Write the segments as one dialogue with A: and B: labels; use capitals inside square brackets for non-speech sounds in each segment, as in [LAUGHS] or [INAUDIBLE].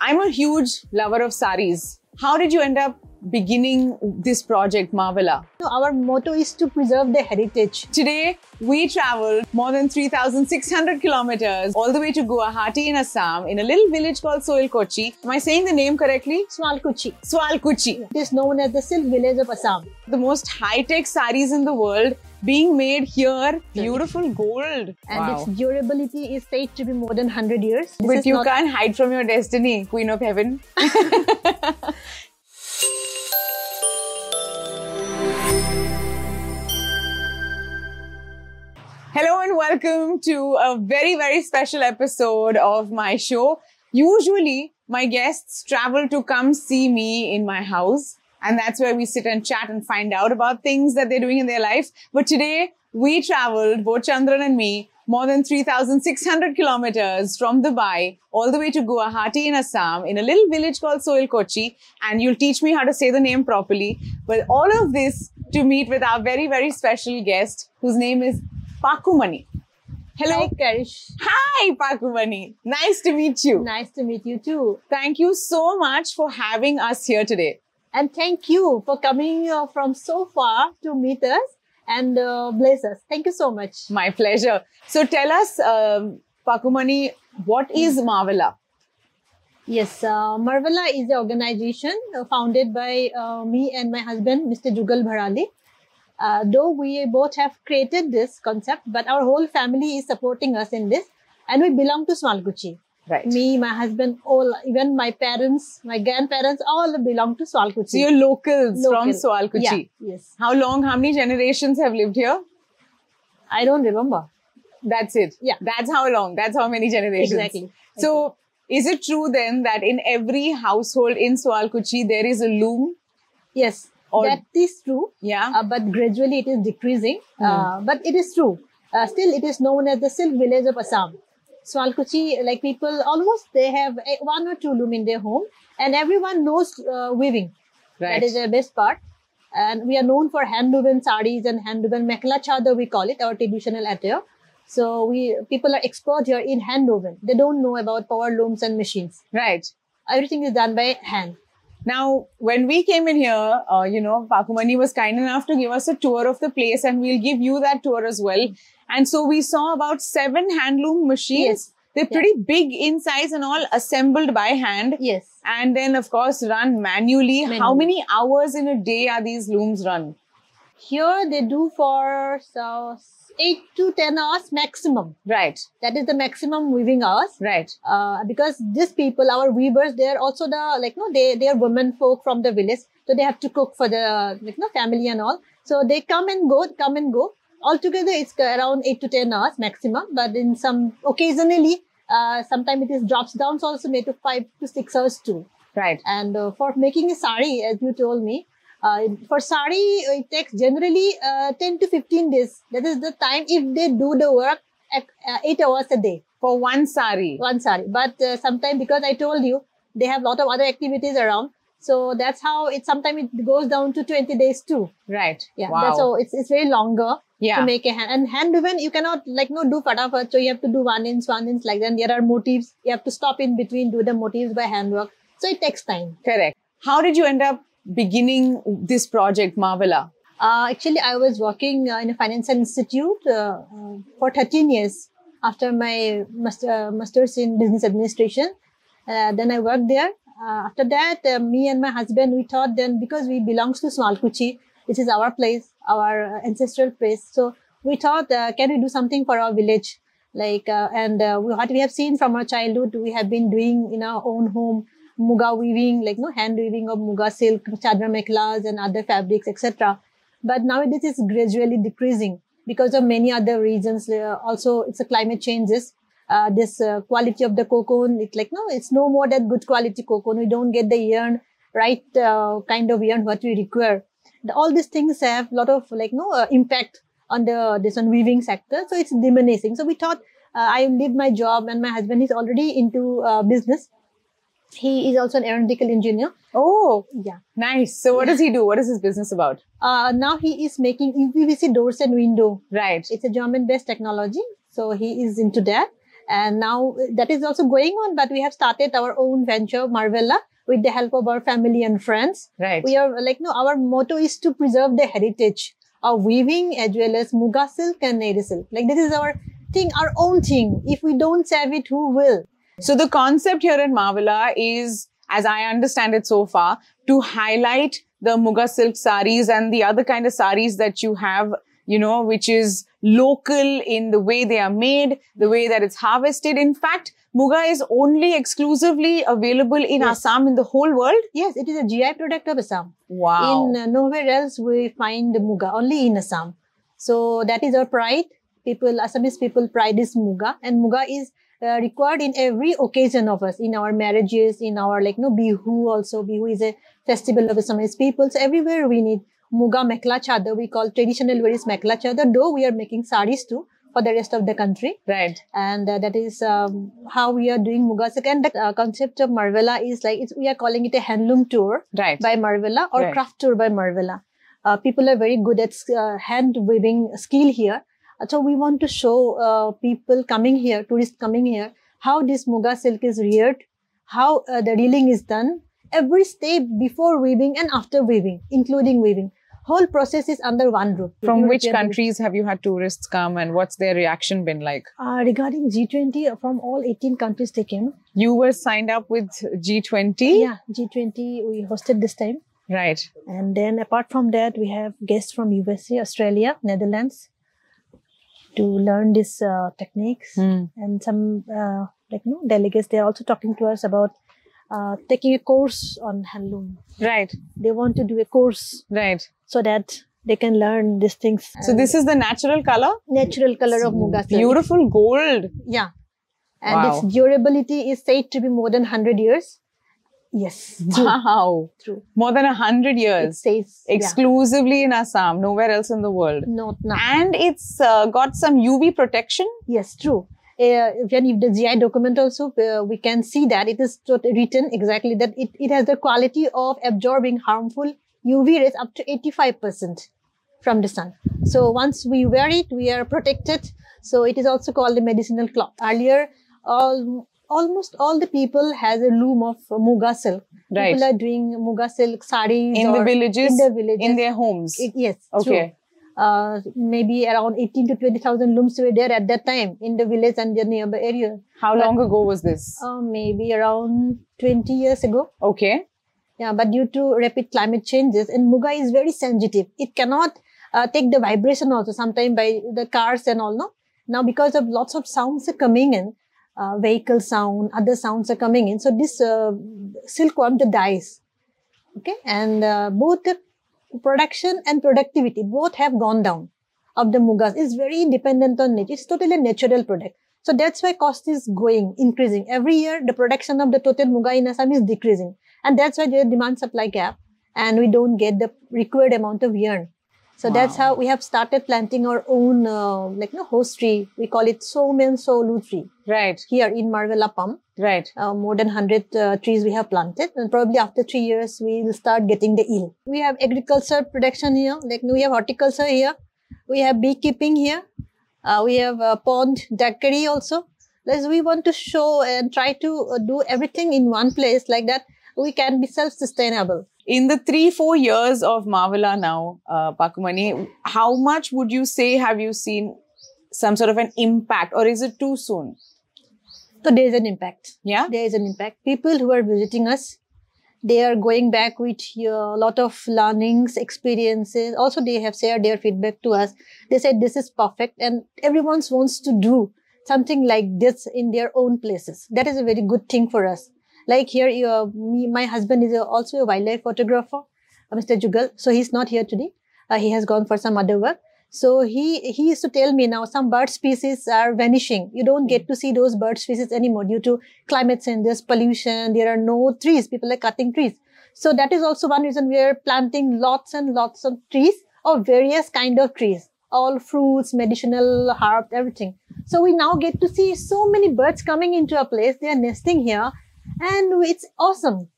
A: I'm a huge lover of saris. How did you end up beginning this project, Marvela?
B: Our motto is to preserve the heritage.
A: Today, we traveled more than 3,600 kilometers all the way to Guwahati in Assam in a little village called Soilkochi. Am I saying the name correctly?
B: Swalkuchi.
A: Swalkuchi.
B: It is known as the silk village of Assam.
A: The most high tech saris in the world being made here. Beautiful gold.
B: And its durability is said to be more than 100 years. This
A: But
B: is
A: you
B: not-
A: can't hide from your destiny, Queen of Heaven. Hello and welcome to a very, very special episode of my show. Usually, my guests travel to come see me in my house, and that's where we sit and chat and find out about things that they're doing in their life. But today, we traveled, both Chandran and me, more than 3,600 kilometers from Dubai all the way to Guwahati in Assam in a little village called Soilkochi. And you'll teach me how to say the name properly. But all of this to meet with our very, very special guest, whose name is Pakumani. Hello.
B: Hi, Karish.
A: Hi, Pakumani. Nice to meet you.
B: Nice to meet you too.
A: Thank you so much for having us here today.
B: And thank you for coming uh, from so far to meet us and uh, bless us. Thank you so much.
A: My pleasure. So tell us, um, Pakumani, what is
B: Hmm.
A: Marvela?
B: Yes, uh, Marvela is the organization uh, founded by uh, me and my husband, Mr. Jugal Bharali. Uh, though we both have created this concept, but our whole family is supporting us in this, and we belong to Swalkuchi.
A: Right.
B: Me, my husband, all even my parents, my grandparents, all belong to Swalkuchi.
A: So you're locals from
B: Local.
A: Soalkuchi.
B: Yeah, yes,
A: How long, how many generations have lived here?
B: I don't remember.
A: That's it.
B: Yeah.
A: That's how long. That's how many generations.
B: Exactly.
A: So is it true then that in every household in Soalkuchi there is a loom?
B: Yes,
A: Or-
B: that is true.
A: Yeah.
B: uh, but gradually it is decreasing. Uh, but it is true. Uh, still, it is known as the silk village of Assam. Swalkuchi, like people, almost they have eh, one or two loom in their home, and everyone knows uh, weaving.
A: right.
B: That is the best part. And we are known for hand woven saris and hand woven mekhla chador, we call it, our traditional attire. So we people are expert here in hand woven. They don't know about power looms and machines.
A: right.
B: Everything is done by hand.
A: Now, when we came in here, uh, you know, Pakumani was kind enough to give us a tour of the place, and we'll give you that tour as well. And so we saw about seven handloom machines.
B: Yes.
A: They're pretty big in size and all assembled by hand.
B: Yes.
A: And then, of course, run manually. How
B: Manually.
A: many hours in a day are these looms run?
B: Here they do for so eight to ten hours maximum.
A: Right,
B: That is the maximum weaving hours.
A: right,
B: Uh, because these people, our weavers, they are also the like no, they they are women folk from the village, so they have to cook for the like no family and all. So they come and go, come and go. Altogether, it's around eight to ten hours maximum. But in some occasionally, uh, sometimes it is drops down so also made to five to six hours too.
A: right.
B: And uh, for making a sari, as you told me, uh, for sari, uh, it takes generally uh, 10 to 15 days. That is the time if they do the work at uh, 8 hours a day,
A: For one sari.
B: one sari. But uh, sometimes, because I told you, they have lot of other activities around. So that's how it sometimes it goes down to 20 days too.
A: Right.
B: Yeah.
A: Wow.
B: That's how it's, it's very longer to
A: yeah.
B: make a hand. And hand woven, you cannot like no do fatafat. So you have to do one inch, one inch like that. And there are motifs. You have to stop in between, do the motifs by handwork. So it takes time.
A: Correct. How did you end up beginning this project, Marvela?
B: Uh, actually, I was working uh, in a financial institute uh, uh, for 13 years after my master, uh, master's in business administration. Uh, then I worked there. Uh, after that, uh, me and my husband, we thought then because we belongs to Swalkuchi, which is our place, our uh, ancestral place. So we thought, uh, can we do something for our village? Like, uh, and uh, we, what we have seen from our childhood, we have been doing in our own home, muga weaving, like no hand weaving of muga silk, chadra mekhlas and other fabrics, etc but nowadays it's gradually decreasing because of many other reasons uh, also it's a climate changes uh, this uh, quality of the cocoon it's like no it's no more that good quality cocoon we don't get the yarn right uh, kind of yarn what we require the, all these things have lot of like no uh, impact on the this on weaving sector so it's diminishing so we thought uh, i leave my job and my husband is already into uh, business he is also an aeronautical engineer
A: Oh,
B: yeah
A: nice. So, what does he do? What is his business about?
B: uh, now he is making UPVC doors and window.
A: Right.
B: It's a German-based technology, so he is into that. And now that is also going on, but we have started our own venture, Marvella, with the help of our family and friends.
A: Right.
B: We are like, no, our motto is to preserve the heritage of weaving as well as Muga silk and Nehru silk. Like this is our thing, our own thing. If we don't save it, who will?
A: So the concept here at Marvela is, as I understand it so far, to highlight the Muga silk saris and the other kind of saris that you have, you know, which is local in the way they are made, the way that it's harvested. In fact, Muga is only exclusively available in
B: Yes.
A: Assam in the whole world.
B: Yes, it is a GI product of Assam.
A: Wow.
B: In uh, nowhere else we find Muga, only in Assam. So that is our pride. People, Assamese people pride is Muga and Muga is uh, required in every occasion of us, in our marriages, in our like, no, Bihu also. Bihu is a festival of Assamese people. So everywhere we need Muga Mekla Chador. We call traditional wear is Mekla Chador, though we are making saris too for the rest of the country
A: right.
B: and uh, that is um, how we are doing Muga silk. And the uh, concept of Marvella is like it's, we are calling it a handloom tour
A: Right.
B: by Marvella or
A: Right.
B: craft tour by Marvella. Uh, people are very good at uh, hand weaving skill here, Uh, so we want to show uh, people coming here, tourists coming here, how this Muga silk is reared, how uh, the reeling is done, every step before weaving and after weaving, including weaving. Whole process is under one roof.
A: From which
B: European-
A: countries have you had tourists come and what's their reaction been like?
B: Uh, regarding G20, uh, from all 18 countries they came.
A: You were signed up with G20.
B: Yeah, G20 we hosted this time.
A: Right.
B: And then apart from that, we have guests from USA, Australia, Netherlands to learn these uh, techniques.
A: Hmm.
B: And some uh, like no delegates, they are also talking to us about uh, taking a course on handloom.
A: Right.
B: They want to do a course
A: Right.
B: so that they can learn these things.
A: So this is the natural color.
B: natural color of muga silk.
A: Beautiful gold.
B: Yeah, and
A: Wow.
B: its durability is said to be more than hundred years. Yes, true.
A: Wow.
B: true.
A: [LAUGHS] More than a hundred
B: It
A: years.
B: says yeah.
A: Exclusively in Assam, nowhere else in the world.
B: not now.
A: And it's uh, got some UV protection.
B: Yes, true. Uh, when if the GI document also, uh, we can see that it is tot- written exactly that it, it has the quality of absorbing harmful UV rays up to 85% from the sun. So once we wear it, we are protected. So it is also called the medicinal cloth. Earlier, all, almost all the people has a loom of Muga silk.
A: Right.
B: People are doing Muga silk sarees
A: In the
B: or
A: villages,
B: in the villages.
A: in their homes.
B: It- yes, true
A: okay.
B: uh, maybe around 18 to 20,000 looms were there at that time in the village and the nearby area.
A: How
B: But-
A: long ago was this?
B: Uh, maybe around 20 years ago.
A: okay.
B: Yeah, but due to rapid climate changes, and Muga is very sensitive. It cannot uh, take the vibration also sometimes by the cars and all. No, now because of lots of sounds are coming in, uh, vehicle sound, other sounds are coming in. So this uh, silkworm the dies. Okay, and uh, both the production and productivity both have gone down of the mugas. It's very dependent on nature. It's totally natural product. So that's why cost is going increasing every year. The production of the total muga in Assam is decreasing and that's why there's demand supply gap and we don't get the required amount of yarn so that's
A: Wow.
B: how we have started planting our own uh, like no host tree we call it so and solu tree
A: Right.
B: here in marvella pam
A: Right.
B: uh, more than 100 uh, trees we have planted and probably after three years we will start getting the yield we have agriculture production here like we have horticulture here we have beekeeping here uh, we have uh, pond daiquiri also Thus, we want to show and try to uh, do everything in one place like that we can be self-sustainable
A: in the three four years of Marvela now, uh, Pakumani, how much would you say have you seen some sort of an impact, or is it too soon?
B: so there is an impact
A: Yeah,
B: there is an impact people who are visiting us they are going back with a lot of learnings experiences also they have shared their feedback to us they said this is perfect and everyone wants to do something like this in their own places that is a very good thing for us like here you are, me, my husband is a, also a wildlife photographer uh, mr jugal so he's not here today Uh, he has gone for some other work so he he used to tell me now some bird species are vanishing you don't get to see those bird species anymore due to climate change, there's pollution, there are no trees, people are cutting trees. So that is also one reason we are planting lots and lots of trees of various kind of trees, all fruits, medicinal, herbs, everything. So we now get to see so many birds coming into a place, they are nesting here and it's awesome.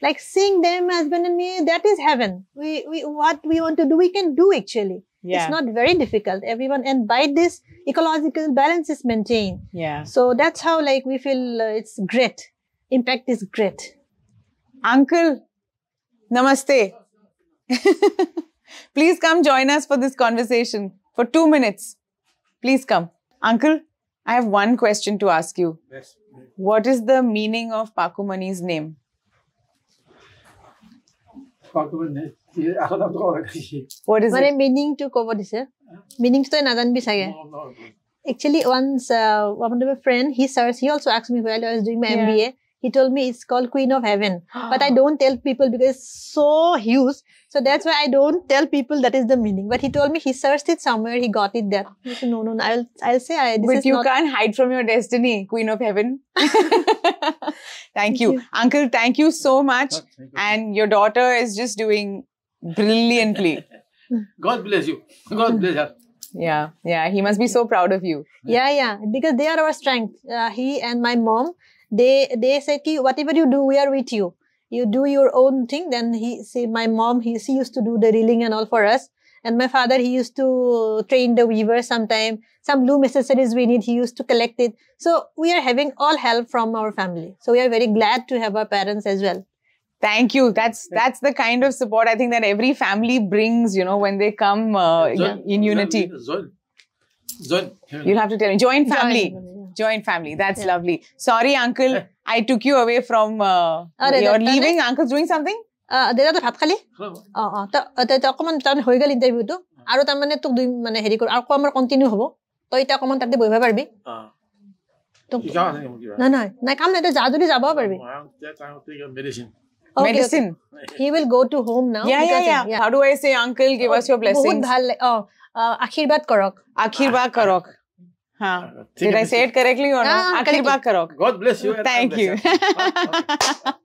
B: Like seeing them, husband and me, that is heaven. We, we, what we want to do, we can do actually.
A: Yeah.
B: It's not very difficult. Everyone, and by this, ecological balance is maintained.
A: yeah.
B: So that's how like we feel uh, it's great. Impact is great.
A: Uncle, namaste. [LAUGHS] Please come join us for this conversation for two minutes. Please come. Uncle, I have one question to ask you.
C: Yes.
A: What is the meaning of Pakumani's name?
C: Possible ne? Ye akhana to aur kaisi?
A: What is
B: মানে
A: it?
B: Meaning two ক'ব দিছে মিনিংছ তই নাজানিবি চাগে
C: No, no.
B: actually once uh, one of my friend he searched he also asked me while i was doing my
A: Yeah. Ah.
B: mba he told me it's called queen of heaven but i don't tell people because it's so huge so that's why i don't tell people that is the meaning but he told me he searched it somewhere he got it there I said, no no no i'll i'll say I, this
A: But
B: is
A: you
B: not
A: can't hide from your destiny, Queen of [LAUGHS] Heaven. thank you.
B: you.
A: Uncle, thank you so much.
C: Thank you.
A: And your daughter is just doing brilliantly.
C: God bless you. God bless her.
A: [LAUGHS] yeah, yeah. He must be so proud of you.
B: yeah yeah because they are our strength uh, he and my mom they they said Ki, whatever you do we are with you you do your own thing then he see my mom he she used to do the reeling and all for us and my father he used to train the weavers sometime some loom accessories we need he used to collect it so we are having all help from our family so we are very glad to have our parents as well
A: Thank you. That's that's the kind of support I think that every family brings. You know, when they come uh, in, in unity.
C: Zon. Zon.
A: You'll have to tell me. Join family.
B: Join- yeah.
A: Join family. That's
B: Yeah.
A: lovely. Sorry, uncle. I took you away from. Uh,
B: Arre,
A: you're
B: that's
A: leaving. Uncle's doing something.
B: আহ, দেউতা তই ভাত খালি
C: Hello.
B: অঁ অঁ তই- তই তই অকণমান তাৰমানে হৈ গ'ল ইণ্টাৰভিউটো আৰু তাৰমানে তোক দুই মানে হেৰি কৰোঁ আৰু আকৌ আমাৰ কণ্টিনিউ হ'ব তই এতিয়া অকণমান তাতে বহিব পাৰিবি
C: Ah.
B: তোক
C: Ja, nee, moet je wel.
B: নহয় নহয় নাই কাম নাই তই যা যদি যাব পাৰিবি
C: Maar dat kan ook tegen medicine.
A: Medicine.
B: He will go to home now
A: Yeah, yeah, yeah, How do I say, uncle? Give us your
B: বহুত
A: blessings.
B: ভাল লাগ- অঁ অঁ, আশীৰ্বাদ কৰক
A: Akhirba karok.
C: हाँ।
A: Huh. हाँ। Did I say it हाँ, correctly or
B: Ah,
A: not? Akhirba karok.
C: God bless you. and
A: Thank
C: God bless
A: you.
C: her. Ah, okay.